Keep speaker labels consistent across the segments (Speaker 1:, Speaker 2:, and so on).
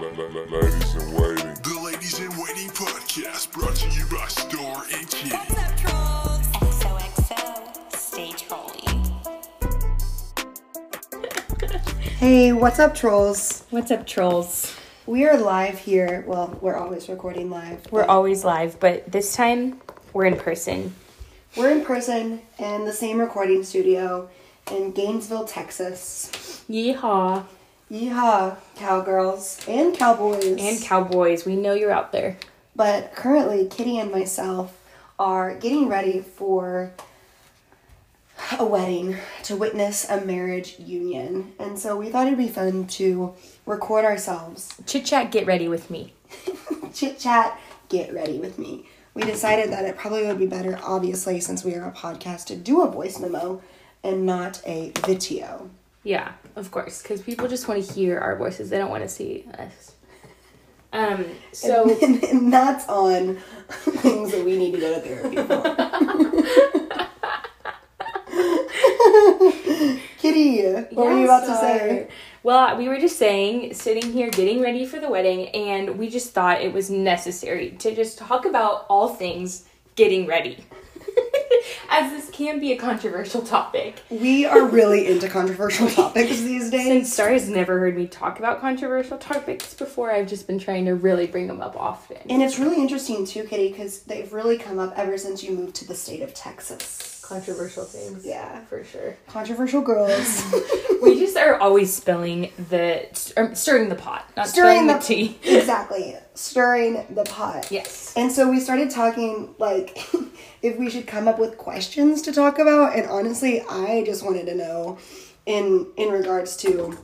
Speaker 1: Ladies in waiting.
Speaker 2: The Ladies in Waiting podcast brought to you by Star and Kitty.
Speaker 3: XOXO, stage holy.
Speaker 4: Hey, what's up, trolls?
Speaker 5: What's up, trolls?
Speaker 4: We are live here. Well, we're always recording live.
Speaker 5: We're
Speaker 4: but
Speaker 5: always live, but this time we're in person.
Speaker 4: we're in person in the same recording studio in Gainesville, Texas.
Speaker 5: Yeehaw.
Speaker 4: Yeehaw, cowgirls and cowboys.
Speaker 5: And cowboys, we know you're out there.
Speaker 4: but currently, Kitty and myself are getting ready for a wedding to witness a marriage union, and so we thought it'd be fun to record ourselves
Speaker 5: Chit chat, get ready with me.
Speaker 4: chit chat, get ready with me. We decided that it probably would be better, obviously, since we are a podcast, to do a voice memo and not a video.
Speaker 5: Yeah, of course, because people just want to hear our voices. They don't want to see us. Um, so
Speaker 4: and that's on things that we need to go to therapy for. Kitty, what were you
Speaker 5: Yeah,
Speaker 4: about to
Speaker 5: sorry.
Speaker 4: say?
Speaker 5: Well, we were just saying, sitting here getting ready for the wedding, and we just thought it was necessary to just talk about all things getting ready. As this can be a controversial topic.
Speaker 4: We are really into controversial topics these days.
Speaker 5: Since Star has never heard me talk about controversial topics before, I've just been trying to really bring them up often.
Speaker 4: And it's really interesting too, Kitty, because they've really come up ever since you moved to the state of Texas.
Speaker 5: Controversial things.
Speaker 4: Yeah.
Speaker 5: For sure.
Speaker 4: Controversial girls.
Speaker 5: We just are always spilling the, or stirring the pot, not
Speaker 4: stirring
Speaker 5: stirring
Speaker 4: the,
Speaker 5: tea.
Speaker 4: exactly stirring the pot
Speaker 5: Yes.
Speaker 4: and so we started talking like if we should come up with questions to talk about and honestly i just wanted to know in in regards to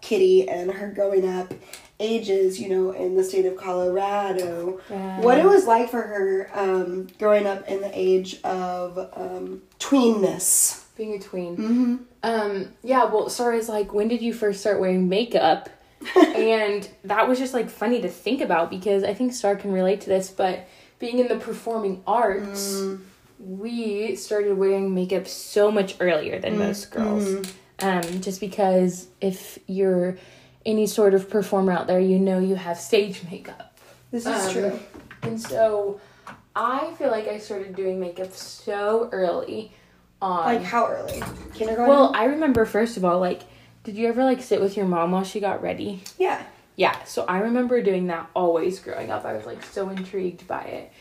Speaker 4: kitty and her growing up ages you know in the state of colorado what it was like for her um, growing up in the age of um, tweenness
Speaker 5: Being a tween. Um, yeah, well, Sarah's like, when did you first start wearing makeup? and that was just like funny to think about because I think Sarah can relate to this, but being in the performing arts, we started wearing makeup so much earlier than most girls. Um, just because if you're any sort of performer out there, you know you have stage makeup.
Speaker 4: this is
Speaker 5: Um,
Speaker 4: true
Speaker 5: And so I feel like I started doing makeup so early on.
Speaker 4: like how early kindergarten
Speaker 5: Well, I remember first of all, like, did you ever like sit with your mom while she got ready?
Speaker 4: yeah
Speaker 5: Yeah, so I remember doing that always growing up. I was like so intrigued by it.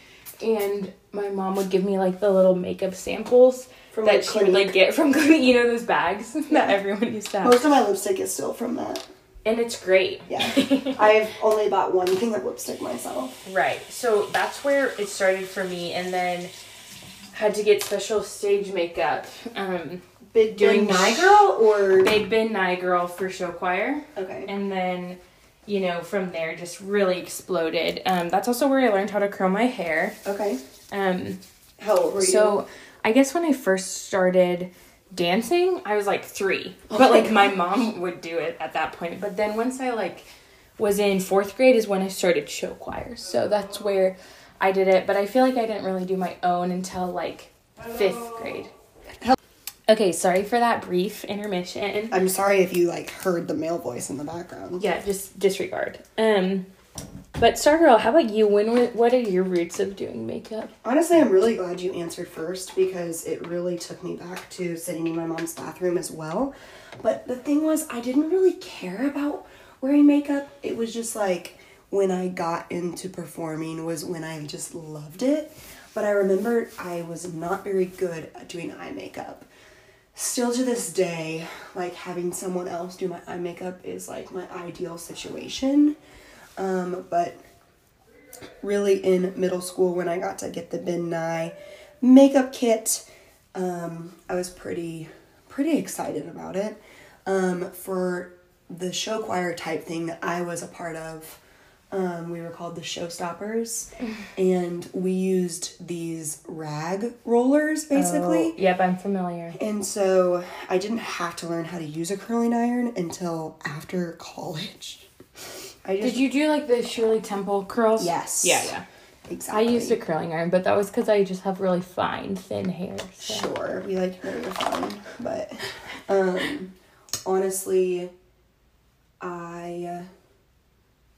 Speaker 5: And my mom would give me like the little makeup samples
Speaker 4: From,
Speaker 5: that
Speaker 4: like,
Speaker 5: she would like
Speaker 4: Clinique.
Speaker 5: get from Clinique, you know those bags that everyone used to have.
Speaker 4: most of my lipstick is still from that
Speaker 5: and it's great.
Speaker 4: Yeah. I've only bought one thing of lipstick myself.
Speaker 5: Right. So that's where it started for me and then had to get special stage makeup. Um
Speaker 4: Big
Speaker 5: Doing
Speaker 4: Ben
Speaker 5: sh-
Speaker 4: Girl or
Speaker 5: Big Ben Nye Girl for show choir.
Speaker 4: Okay.
Speaker 5: and then you know from there just really exploded um, that's also where i learned how to curl my hair
Speaker 4: okay.
Speaker 5: um,
Speaker 4: How old were you?
Speaker 5: so i guess when i first started dancing i was like three but like my mom would do it at that point but then once i like was in fourth grade is when i started show choir so that's where i did it but i feel like i didn't really do my own until like fifth grade okay sorry for that brief intermission
Speaker 4: I'm sorry if you like heard the male voice in the background.
Speaker 5: yeah, just disregard. Um, but Stargirl, how about you? When were, what are your roots of doing makeup?
Speaker 4: Honestly, I'm really glad you answered first because it really took me back to sitting in my mom's bathroom as well. But the thing was, I didn't really care about wearing makeup. It was just like when I got into performing was when I just loved it. But I remember I was not very good at doing eye makeup. Still to this day, like having someone else do my eye makeup is like my ideal situation. Um, but really in middle school when I got to get the Ben Nye makeup kit. Um, I was pretty pretty excited about it um, for the show choir type thing that I was a part of. Um, we were called the Showstoppers, and we used these rag rollers basically.
Speaker 5: Yep, I'm familiar.
Speaker 4: And so I didn't have to learn how to use a curling iron until after college. I just
Speaker 5: Did you do like the Shirley Temple curls?
Speaker 4: Yes.
Speaker 5: Yeah, yeah. I
Speaker 4: exactly
Speaker 5: used a curling iron, but that was because I just have really fine, thin hair. so-
Speaker 4: Sure, we like her to fun, but um, honestly, I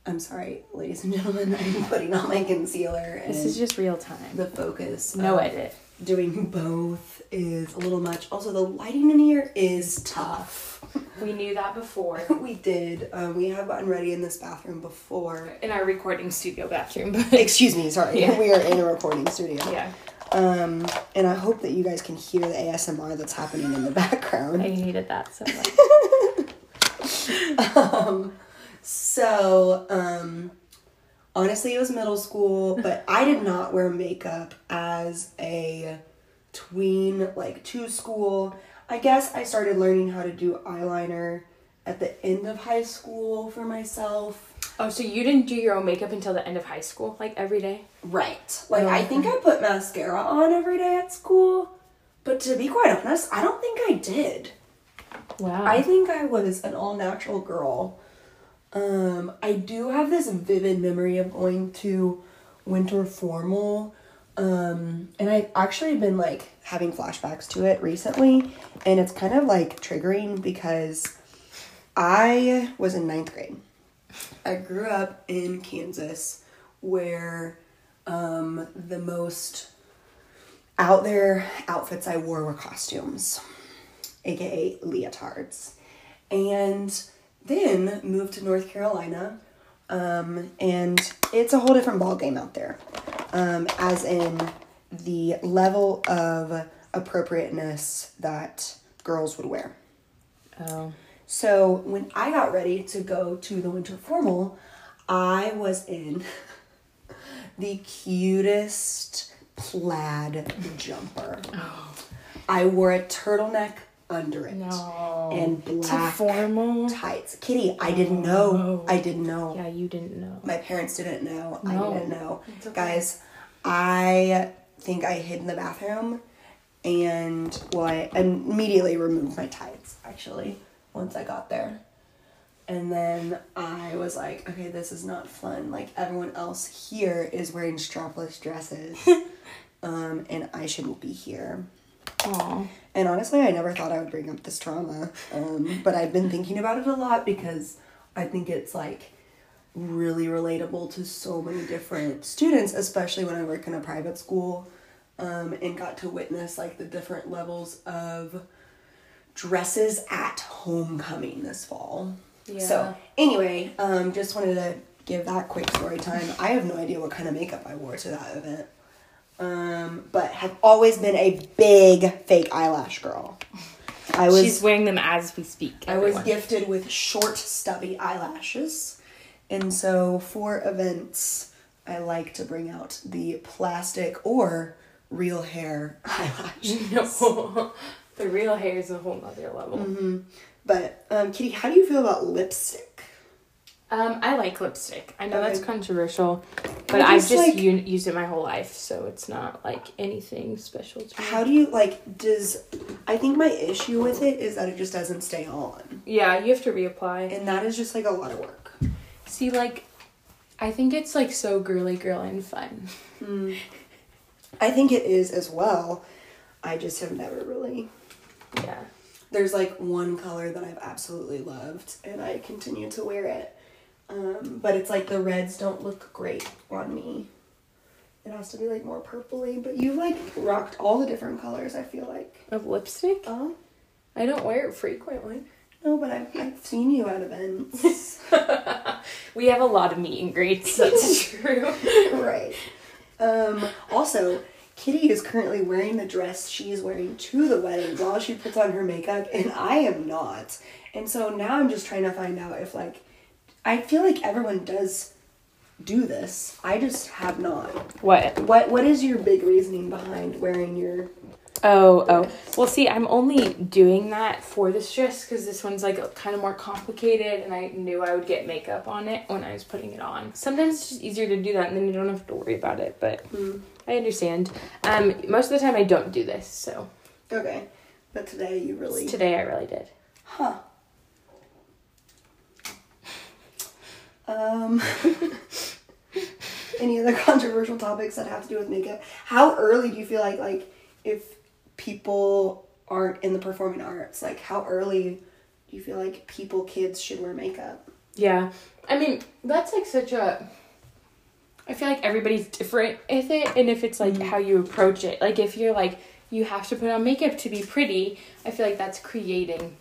Speaker 4: I'm sorry, ladies and gentlemen, I'm putting on my concealer and
Speaker 5: This is just real time.
Speaker 4: the Oh. focus.
Speaker 5: No
Speaker 4: of
Speaker 5: edit.
Speaker 4: Doing both is a little much. Also, the lighting in here is tough.
Speaker 5: We knew that before
Speaker 4: We did. Um, we have gotten ready in this bathroom before.
Speaker 5: in our recording studio bathroom, but
Speaker 4: Excuse me, sorry.
Speaker 5: Yeah.
Speaker 4: We are in a recording studio.
Speaker 5: yeah,
Speaker 4: Um, and I hope that you guys can hear the ASMR that's happening in the background.
Speaker 5: I hated that so much.
Speaker 4: So, um, honestly, it was middle school, but I did not wear makeup as a tween, like to school. I guess I started learning how to do eyeliner at the end of high school for myself.
Speaker 5: oh, so you didn't do your own makeup until the end of high school, like every day?
Speaker 4: Right. Like, I think I put mascara on every day at school, but to be quite honest, I don't think I did.
Speaker 5: Wow.
Speaker 4: I think I was an all natural girl. Um, I do have this vivid memory of going to winter formal. Um, and I've actually been like having flashbacks to it recently, and it's kind of like triggering because I was in ninth grade. I grew up in Kansas where um, the most out there outfits I wore were costumes aka leotards. And then moved to North Carolina. Um, and it's a whole different ballgame out there, um, as in the level of appropriateness that girls would wear.
Speaker 5: oh.
Speaker 4: So when I got ready to go to the winter formal, I was in the cutest plaid jumper.
Speaker 5: Oh.
Speaker 4: I wore a turtleneck under it
Speaker 5: No.
Speaker 4: and black
Speaker 5: formal? Oh.
Speaker 4: tights. Kitty, I didn't know. I didn't know.
Speaker 5: Yeah, you didn't know.
Speaker 4: My parents didn't know.
Speaker 5: No.
Speaker 4: I didn't know.
Speaker 5: It's okay.
Speaker 4: Guys, I think I hid in the bathroom and well, I immediately removed my tights actually once I got there. And then I was like, okay, this is not fun. Like everyone else here is wearing strapless dresses. um, and I shouldn't be here.
Speaker 5: Aw.
Speaker 4: And honestly, I never thought I would bring up this trauma. Um, but I've been thinking about it a lot because I think it's like really relatable to so many different students, especially when I work in a private school um, and got to witness like the different levels of dresses at homecoming this fall.
Speaker 5: Yeah.
Speaker 4: So, anyway, um, just wanted to give that quick story time. I have no idea what kind of makeup I wore to that event um, but have always been a big fake eyelash girl. I was
Speaker 5: She's wearing them as we speak.
Speaker 4: I was
Speaker 5: everyone.
Speaker 4: gifted with short, stubby eyelashes, and so for events, I like to bring out the plastic or real hair eyelash.
Speaker 5: No. the real hair is a whole nother level.
Speaker 4: Mm. but um, Kitty, how do you feel about lipstick?
Speaker 5: Um, I like lipstick. I know that's
Speaker 4: Okay.
Speaker 5: controversial,
Speaker 4: Well,
Speaker 5: but I've
Speaker 4: just, like-
Speaker 5: just u- used it my whole life, so it's not like anything special to me.
Speaker 4: How do you like? Does I think my issue with it is that it just doesn't stay on,
Speaker 5: yeah, you have to reapply.
Speaker 4: and that is just like a lot of work.
Speaker 5: See, like, I think it's like so girly girl and fun.
Speaker 4: I think it is as well. I just have never really
Speaker 5: Yeah.
Speaker 4: there's like one color that I've absolutely loved and I continue to wear it. Um, but it's like the reds don't look great on me. It has to be like more purpley, but you like rocked all the different colors, I feel like.
Speaker 5: Of lipstick?
Speaker 4: Oh,
Speaker 5: I don't wear it frequently.
Speaker 4: no, but I've, I've seen you at events.
Speaker 5: We have a lot of meet and greets. That's true.
Speaker 4: right. Um, also, Kitty is currently wearing the dress she is wearing to the wedding while she puts on her makeup, and I am not. And so now I'm just trying to find out if, like, I feel like everyone does do this. I just have not.
Speaker 5: What?
Speaker 4: What What is your big reasoning behind wearing your?
Speaker 5: Oh, oh. Well, see, I'm only doing that for this dress because this one's like kind of more complicated, and I knew I would get makeup on it when I was putting it on. Sometimes it's just easier to do that, and then you don't have to worry about it. But I understand. Um, most of the time, I don't do this, so
Speaker 4: Okay, but today you really
Speaker 5: today I really did.
Speaker 4: Huh. Um. any other controversial topics that have to do with makeup? How early do you feel like like if people aren't in the performing arts, like how early do you feel like people kids should wear makeup?
Speaker 5: Yeah. I mean, that's like such a. I feel like everybody's different with it, and if it's like how you approach it. Like, if you're like, you have to put on makeup to be pretty, I feel like that's creating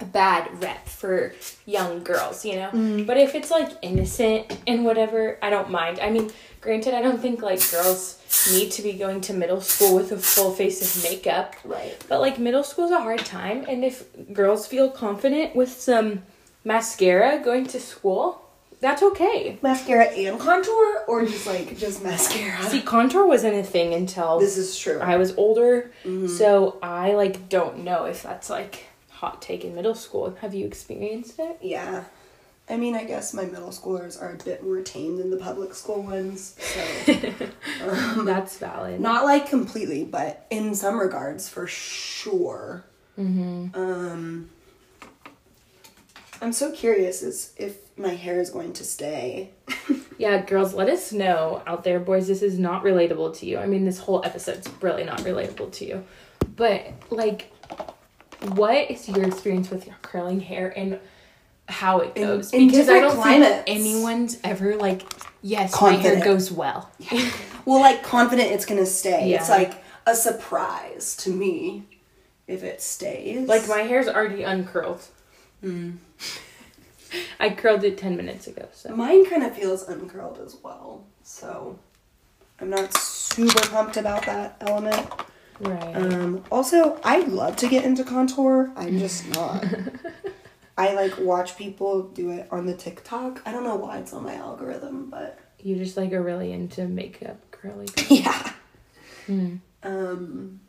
Speaker 5: a bad rep for young girls, you know? Mm, But if it's like innocent and whatever, I don't mind. I mean, granted, I don't think like girls need to be going to middle school with a full face of makeup.
Speaker 4: Right.
Speaker 5: But like middle school's a hard time, and if girls feel confident with some mascara going to school, that's okay.
Speaker 4: Mascara and contour, or just like just mascara.
Speaker 5: See, contour wasn't a thing until
Speaker 4: this Mm-hmm. is true.
Speaker 5: I was older, so I like don't know if that's like hot take in middle school. Have you experienced it?
Speaker 4: yeah. I mean, I guess my middle schoolers are a bit more tame than the public school ones, so
Speaker 5: that's valid.
Speaker 4: not like completely, but in some regards, for sure.
Speaker 5: Mm-hmm.
Speaker 4: Um, I'm so curious is if my hair is going to stay.
Speaker 5: Yeah, girls, let us know out there, boys. This is not relatable to you. I mean, this whole episode's really not relatable to you. But, like, what is your experience with your curling hair and how it goes?
Speaker 4: in
Speaker 5: because I
Speaker 4: different
Speaker 5: don't
Speaker 4: climates.
Speaker 5: think anyone's ever, like, yes, my
Speaker 4: Confident.
Speaker 5: hair goes well.
Speaker 4: Well, like confident it's gonna stay. It's
Speaker 5: Yeah.
Speaker 4: like a surprise to me if it stays.
Speaker 5: Like, my hair's already uncurled.
Speaker 4: Hmm.
Speaker 5: I curled it 10 minutes ago, so.
Speaker 4: mine kind of feels uncurled as well, so I'm not super pumped about that element.
Speaker 5: Right.
Speaker 4: Um, also, I'd love to get into contour. I'm just not. I like watch people do it on the TikTok. I don't know why it's on my algorithm, but
Speaker 5: you just, like, are really into makeup curly.
Speaker 4: yeah.
Speaker 5: Hmm.
Speaker 4: Um,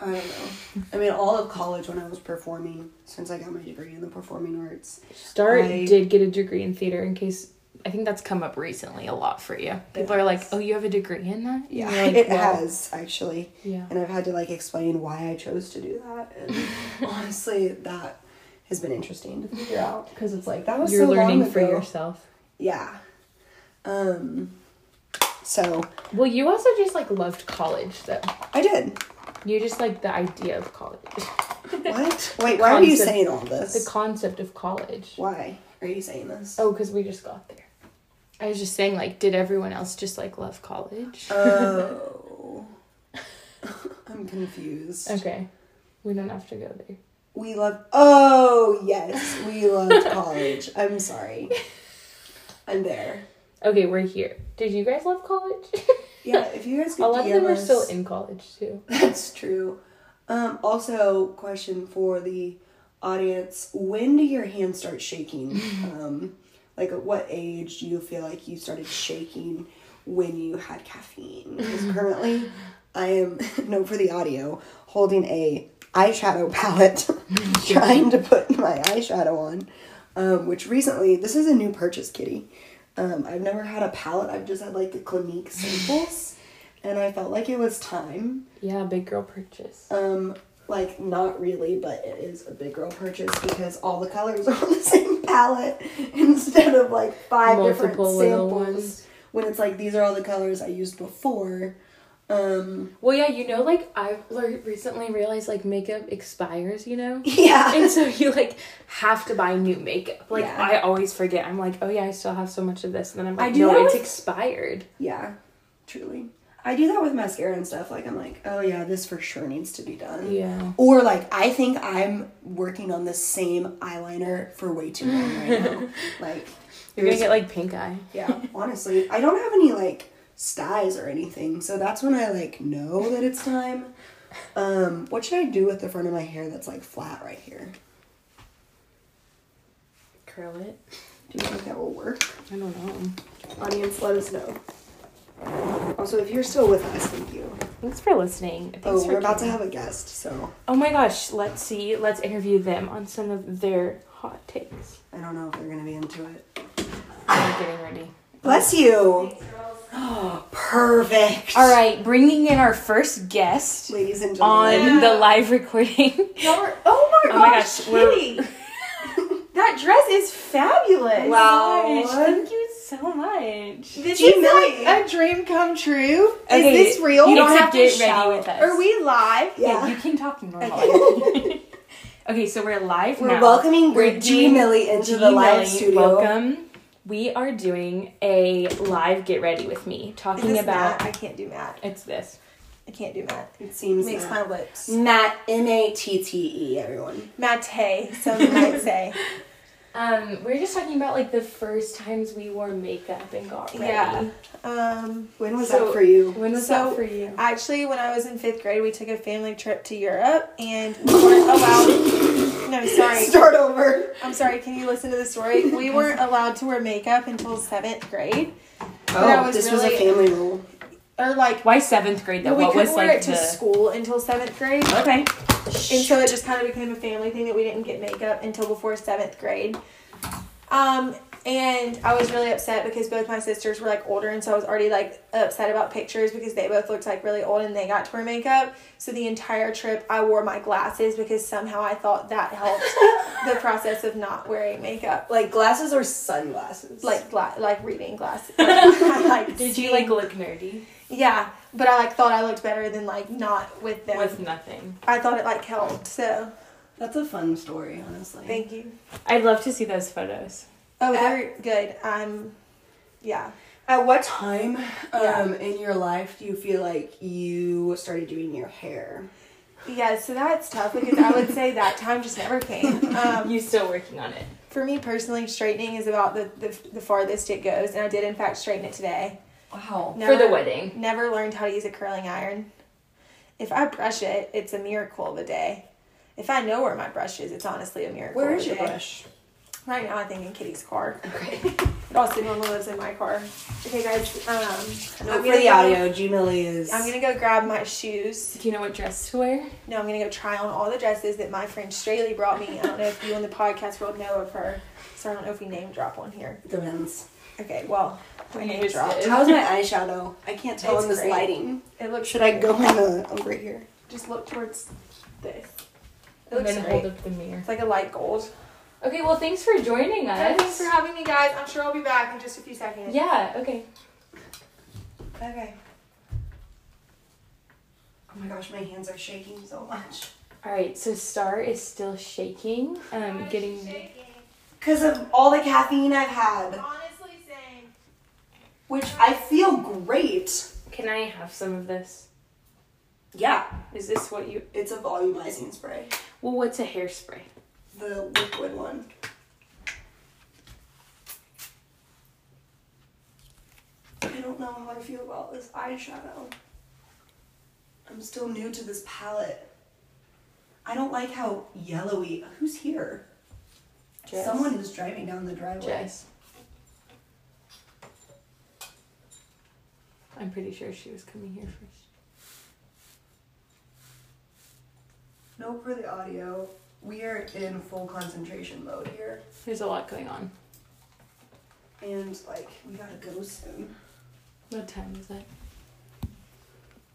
Speaker 4: I don't know. I mean, all of college when I was performing, since I got my degree in the performing arts,
Speaker 5: Star
Speaker 4: I-
Speaker 5: did get a degree in theater in case I think that's come up recently a lot for you. People are like, "Oh, you have a degree in that?" And
Speaker 4: yeah,
Speaker 5: you're like,
Speaker 4: it
Speaker 5: "Well,
Speaker 4: has actually.
Speaker 5: Yeah.
Speaker 4: And I've had to like explain why I chose to do that, and honestly, that has been interesting to figure out because it's like that was
Speaker 5: You're
Speaker 4: so
Speaker 5: learning
Speaker 4: long
Speaker 5: for
Speaker 4: ago.
Speaker 5: yourself.
Speaker 4: Yeah. Um. So
Speaker 5: Well, you also just like loved college though.
Speaker 4: I did.
Speaker 5: You just like the idea of college,
Speaker 4: What? Wait, why are you
Speaker 5: Concept-
Speaker 4: saying all
Speaker 5: the
Speaker 4: this?
Speaker 5: concept of college.
Speaker 4: Why are you saying this?
Speaker 5: Oh, because we just got there. I was just saying, like, did everyone else just like love college?
Speaker 4: Uh, Oh. I'm confused.
Speaker 5: okay, we don't have to go there.
Speaker 4: We love. Oh yes, we loved college. I'm sorry. I'm there.
Speaker 5: Okay, we're here. Did you guys love college?
Speaker 4: Yeah, if you guys could
Speaker 5: A lot of
Speaker 4: DM
Speaker 5: them are
Speaker 4: us-
Speaker 5: still in college too.
Speaker 4: That's true. Um, also, question for the audience: When do your hands start shaking? Um, like, at what age do you feel like you started shaking when you had caffeine? Because currently, I am no for the audio holding a eyeshadow palette, trying to put my eyeshadow on. Um, which recently, this is a new purchase, Kitty. Um, I've never had a palette. I've just had like the Clinique samples, and I felt like it was time
Speaker 5: Yeah, big girl purchase.
Speaker 4: um, like not really, but it is a big girl purchase because all the colors are on the same palette instead of like five
Speaker 5: Multiple
Speaker 4: different
Speaker 5: little
Speaker 4: samples.
Speaker 5: ones.
Speaker 4: When it's like these are all the colors I used before. Um,
Speaker 5: Well, yeah, you know, like I've lear- recently realized, like makeup expires, you know,
Speaker 4: yeah,
Speaker 5: and so you like have to buy new makeup. Like
Speaker 4: Yeah.
Speaker 5: I always forget. I'm like, oh yeah, I still have so much of this, and then I'm
Speaker 4: I
Speaker 5: like,
Speaker 4: do
Speaker 5: no,
Speaker 4: that
Speaker 5: it's
Speaker 4: with-
Speaker 5: expired.
Speaker 4: yeah, truly. I do that with mascara and stuff. Like I'm like, oh yeah, this for sure needs to be done.
Speaker 5: Yeah.
Speaker 4: Or like I think I'm working on the same eyeliner for way too long right now. Like
Speaker 5: You're gonna get like pink eye.
Speaker 4: Yeah, honestly, I don't have any like styes or anything, so that's when I like know that it's time. Um, what should I do with the front of my hair that's like flat right here?
Speaker 5: Curl it.
Speaker 4: Do you think that will work?
Speaker 5: I don't know.
Speaker 4: Audience, let us know. Also, if you're still with us, thank you.
Speaker 5: Thanks for listening. Thanks
Speaker 4: Oh,
Speaker 5: for
Speaker 4: we're about to
Speaker 5: coming.
Speaker 4: have a guest, so
Speaker 5: Oh my gosh, let's see. Let's interview them on some of their hot takes.
Speaker 4: I don't know if they're gonna be into it.
Speaker 5: I'm getting ready.
Speaker 4: Bless you. Perfect.
Speaker 5: All right, bringing in our first guest
Speaker 4: ladies and
Speaker 5: on
Speaker 4: gentlemen.
Speaker 5: the live recording.
Speaker 1: Oh my
Speaker 5: Oh my
Speaker 1: gosh,
Speaker 5: gosh, we're-
Speaker 1: Kitty! that dress is fabulous.
Speaker 4: Wow.
Speaker 5: Gosh, thank you so much.
Speaker 1: This
Speaker 4: Gee,
Speaker 1: is
Speaker 4: Millie.
Speaker 1: like a dream come true.
Speaker 5: Okay,
Speaker 1: is this real?
Speaker 5: You don't
Speaker 1: It's-
Speaker 5: have to get ready with us.
Speaker 1: Are we live?
Speaker 5: Yeah,
Speaker 4: Yeah.
Speaker 5: you can talk normal. Okay, so we're live
Speaker 4: We're
Speaker 5: now.
Speaker 4: welcoming G
Speaker 5: doing-
Speaker 4: Millie into the live
Speaker 5: G-Millie,
Speaker 4: studio.
Speaker 5: Welcome. We are doing a live get ready with me
Speaker 1: Is
Speaker 5: talking
Speaker 1: this
Speaker 5: about
Speaker 1: Matt? I can't do Matt.
Speaker 5: it's this.
Speaker 1: I can't do Matt.
Speaker 4: It seems
Speaker 1: Makes
Speaker 4: Matt.
Speaker 1: my lips.
Speaker 4: Matt M A T T E. Everyone.
Speaker 1: Matte, some might say.
Speaker 5: Um, we are just talking about like the first times we wore makeup and got ready.
Speaker 1: Yeah. Um,
Speaker 4: When was
Speaker 5: So-
Speaker 4: that for you?
Speaker 5: When was
Speaker 1: So-
Speaker 5: that for you?
Speaker 1: Actually, when I was in fifth grade, we took a family trip to Europe, and we weren't allowed. No, sorry.
Speaker 4: Start over.
Speaker 1: I'm sorry. Can you listen to the story? We weren't allowed to wear makeup until seventh grade, That was
Speaker 4: Oh, this was a
Speaker 1: really-
Speaker 4: family rule.
Speaker 1: or like
Speaker 5: Why seventh grade though?
Speaker 1: we
Speaker 5: what
Speaker 1: couldn't
Speaker 5: was
Speaker 1: wear
Speaker 5: like
Speaker 1: it to
Speaker 5: the
Speaker 1: school until seventh grade,
Speaker 5: okay?
Speaker 1: and so it just kind of became a family thing that we didn't get makeup until before seventh grade. Um, and I was really upset because both my sisters were like older, and so I was already like upset about pictures because they both looked like really old and they got to wear makeup. So the entire trip, I wore my glasses because somehow I thought that helped the process of not wearing makeup, like
Speaker 4: glasses or sunglasses?
Speaker 1: like gla- like reading glasses. I, like,
Speaker 5: Did you
Speaker 1: see-
Speaker 5: like look nerdy
Speaker 1: Yeah, but I like thought I looked better than like not with them.
Speaker 5: with nothing?
Speaker 1: I thought it like helped. So
Speaker 4: that's a fun story, honestly.
Speaker 1: thank you.
Speaker 5: I'd love to see those photos.
Speaker 4: Uh,
Speaker 1: Oh, they're good. I'm. Yeah.
Speaker 4: At what time
Speaker 1: Yeah.
Speaker 4: um, in your life do you feel like you started doing your hair?
Speaker 1: Yeah, so that's tough because I would say that time just never came. Um,
Speaker 5: You still working on it?
Speaker 1: for me personally, straightening is about the, the, the farthest it goes, and I did in fact straighten it today.
Speaker 4: Wow.
Speaker 1: Never,
Speaker 5: For the wedding.
Speaker 1: Never learned how to use a curling iron. If I brush it, it's a miracle of a day. If I know where my brush is, it's honestly a miracle.
Speaker 4: Where
Speaker 1: of
Speaker 4: is
Speaker 1: a
Speaker 4: your
Speaker 1: day.
Speaker 4: brush?
Speaker 1: Right now, I think in Kitty's car.
Speaker 4: Okay.
Speaker 1: It also normally lives in my car. Okay, guys. Um,
Speaker 4: No,
Speaker 1: I'm
Speaker 4: for
Speaker 1: gonna
Speaker 4: the
Speaker 1: go-
Speaker 4: audio, G Millie is.
Speaker 1: I'm gonna go grab my shoes.
Speaker 5: Do you know what dress to wear?
Speaker 1: No, I'm gonna go try on all the dresses that my friend Straley brought me. I don't know if you in the podcast world know of her, so I don't know if we name drop one here.
Speaker 4: Depends.
Speaker 1: Okay, well, we name
Speaker 5: Used
Speaker 1: dropped.
Speaker 5: it.
Speaker 4: How's my eyeshadow? I can't tell
Speaker 1: It's
Speaker 4: in this
Speaker 1: great.
Speaker 4: lighting.
Speaker 1: It looks.
Speaker 4: Should I
Speaker 1: great.
Speaker 4: go in the over here?
Speaker 1: Just look towards this. It
Speaker 5: And
Speaker 1: looks
Speaker 5: then
Speaker 1: great.
Speaker 5: hold up the mirror.
Speaker 1: It's like a light gold.
Speaker 5: Okay, well thanks for joining us.
Speaker 1: Thanks for having me, guys. I'm sure I'll be back in just a few seconds.
Speaker 5: yeah. Okay.
Speaker 1: Okay.
Speaker 4: Oh my gosh, my hands are shaking so much.
Speaker 5: All right. So Star is still shaking. Um, getting.
Speaker 4: Because of all the caffeine I've had,
Speaker 1: Honestly, same.
Speaker 4: which I feel great.
Speaker 5: Can I have some of this?
Speaker 4: Yeah,
Speaker 5: Is this what you?
Speaker 4: it's a volumizing spray.
Speaker 5: Well, what's a hairspray?
Speaker 4: The liquid one. I don't know how I feel about this eyeshadow. I'm still new to this palette. I don't like how yellowy. Who's here?
Speaker 5: Jess.
Speaker 4: Someone is driving down the driveway.
Speaker 5: Jess. I'm pretty sure she was coming here first.
Speaker 4: No, for the audio. We are in full concentration mode here.
Speaker 5: There's a lot going on.
Speaker 4: And, like, we gotta go soon.
Speaker 5: What time is it?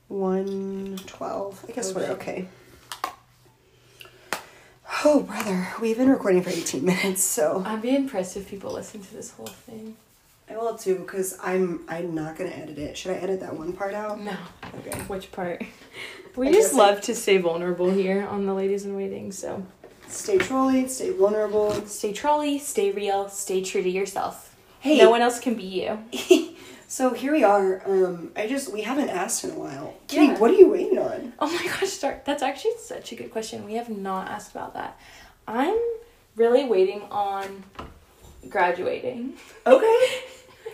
Speaker 4: 112. I guess we're okay. Oh, brother. We've been recording for 18 minutes, so.
Speaker 5: I'd be impressed if people listen to this whole thing.
Speaker 4: I will too, because I'm I'm not gonna edit it. Should I edit that one part out?
Speaker 5: No.
Speaker 4: Okay.
Speaker 5: Which part? We
Speaker 4: I
Speaker 5: just
Speaker 4: guess I-
Speaker 5: love to stay vulnerable here on the Ladies in Waiting, so
Speaker 4: Stay trolling, stay vulnerable.
Speaker 5: stay trolley, stay real, stay true to yourself.
Speaker 4: Hey.
Speaker 5: No one else can be you.
Speaker 4: So here we are. Um, I just we haven't asked in a while. Kitty,
Speaker 5: Yeah.
Speaker 4: what are you waiting on?
Speaker 5: Oh my gosh, Star, that's actually such a good question. We have not asked about that. I'm really waiting on graduating.
Speaker 4: Okay.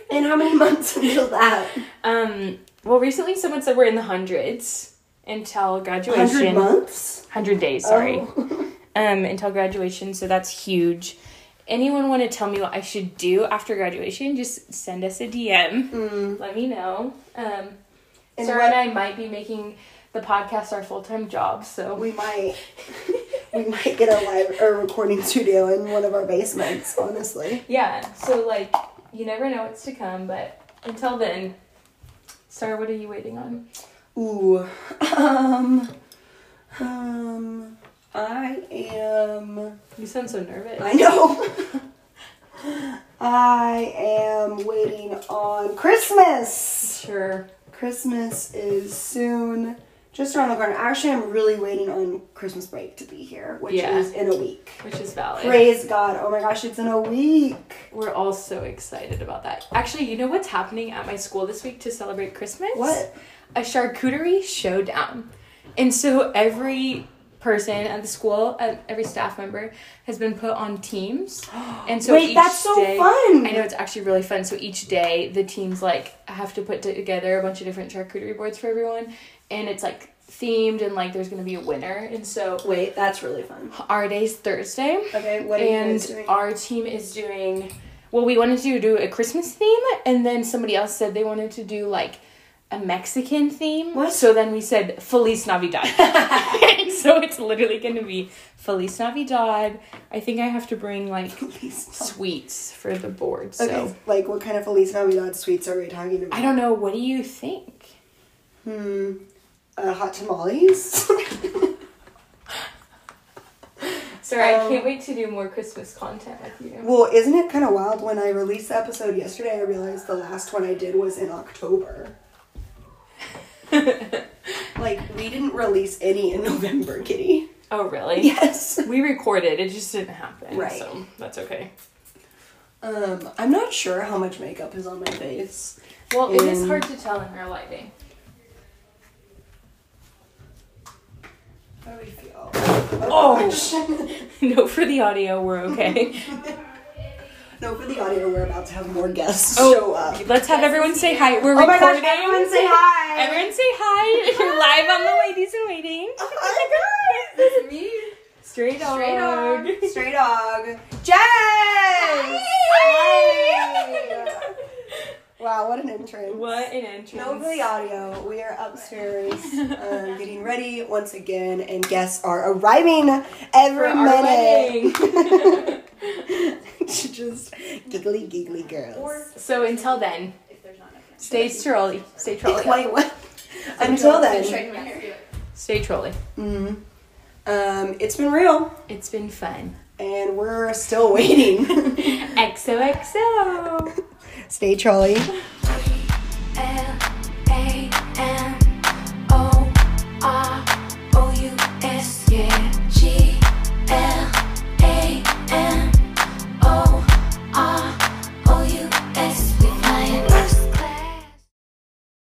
Speaker 4: and how many months until that?
Speaker 5: Um, well, recently someone said we're in the hundreds until graduation.
Speaker 4: Hundred months. Oh.
Speaker 5: 100 days, sorry. Um, until graduation, so that's huge. Anyone want to tell me what I should do after graduation? Just send us a DM. Let me know. Um,
Speaker 4: Mm. And
Speaker 5: Sarah
Speaker 4: what-
Speaker 5: and I might be making the podcast our full time job, so
Speaker 4: We might we might get a live or recording studio in one of our basements. Honestly.
Speaker 5: yeah. So like, you never know what's to come, but until then, Sarah, what are you waiting on?
Speaker 4: Ooh. Um. Um. I am.
Speaker 5: You sound so nervous.
Speaker 4: I know. I am waiting on Christmas.
Speaker 5: sure.
Speaker 4: Christmas is soon. just around the corner. Actually, I'm really waiting on Christmas break to be here, which
Speaker 5: Yeah.
Speaker 4: is in a week.
Speaker 5: which is valid.
Speaker 4: Praise God. Oh my gosh, it's in a week.
Speaker 5: We're all so excited about that. Actually, you know what's happening at my school this week to celebrate Christmas?
Speaker 4: What?
Speaker 5: A charcuterie showdown. And so every person at the school, uh, every staff member, has been put on teams. And so
Speaker 4: Wait,
Speaker 5: each
Speaker 4: that's so
Speaker 5: day-
Speaker 4: fun.
Speaker 5: I know it's actually really fun. So each day, the teams like have to put together a bunch of different charcuterie boards for everyone, and it's like themed and like there's gonna be a winner. And so
Speaker 4: Wait, that's really fun.
Speaker 5: our day's Thursday
Speaker 4: Okay, what are you guys
Speaker 5: and
Speaker 4: doing?
Speaker 5: our team is doing well we wanted to do a christmas theme and then somebody else said they wanted to do like a mexican theme
Speaker 4: What?
Speaker 5: so then we said feliz navidad and so it's literally going to be feliz navidad i think i have to bring like sweets for the board so
Speaker 4: Okay, like what kind of Feliz Navidad sweets are we talking about?
Speaker 5: i don't know what do you think
Speaker 4: Uh, hot tamales.
Speaker 5: sorry i
Speaker 4: Um,
Speaker 5: can't wait to do more christmas content with you
Speaker 4: well, isn't it kind of wild? When I released the episode yesterday, I realized the last one I did was in October. like we didn't release any in November, Kitty.
Speaker 5: oh really
Speaker 4: Yes.
Speaker 5: we recorded it just didn't happen
Speaker 4: Right.
Speaker 5: so that's okay
Speaker 4: Um, I'm not sure how much makeup is on my face.
Speaker 5: Well, it is
Speaker 4: Um,
Speaker 5: hard to tell in real lighting.
Speaker 4: How do we feel? Oh.
Speaker 5: no, for the audio, we're okay.
Speaker 4: No, for the audio, we're about to have more guests show
Speaker 5: oh,
Speaker 4: up.
Speaker 5: let's have everyone say hi. We're
Speaker 4: Oh my gosh,
Speaker 5: recording.
Speaker 4: everyone say hi.
Speaker 5: Everyone say hi. You're live on the Ladies in Waiting.
Speaker 4: Oh my
Speaker 6: It's me.
Speaker 5: Straight on.
Speaker 6: Straight on.
Speaker 4: god! Stray dog. Jess! Hi! Wow, what an entrance.
Speaker 5: What an entrance.
Speaker 4: No for the audio. We are upstairs um, getting ready once again, and guests are arriving
Speaker 5: For
Speaker 4: every
Speaker 5: our
Speaker 4: minute.
Speaker 5: wedding.
Speaker 4: Just giggly, giggly girls.
Speaker 5: so until then,
Speaker 6: If there's not enough.
Speaker 5: stay trolley. Stay trolley.
Speaker 4: Wait, what? Until then,
Speaker 6: Straight in my hair.
Speaker 5: Stay trolley.
Speaker 4: mm, um, it's been real,
Speaker 5: It's been fun.
Speaker 4: and we're still waiting.
Speaker 5: XOXO.
Speaker 4: Stay trolley.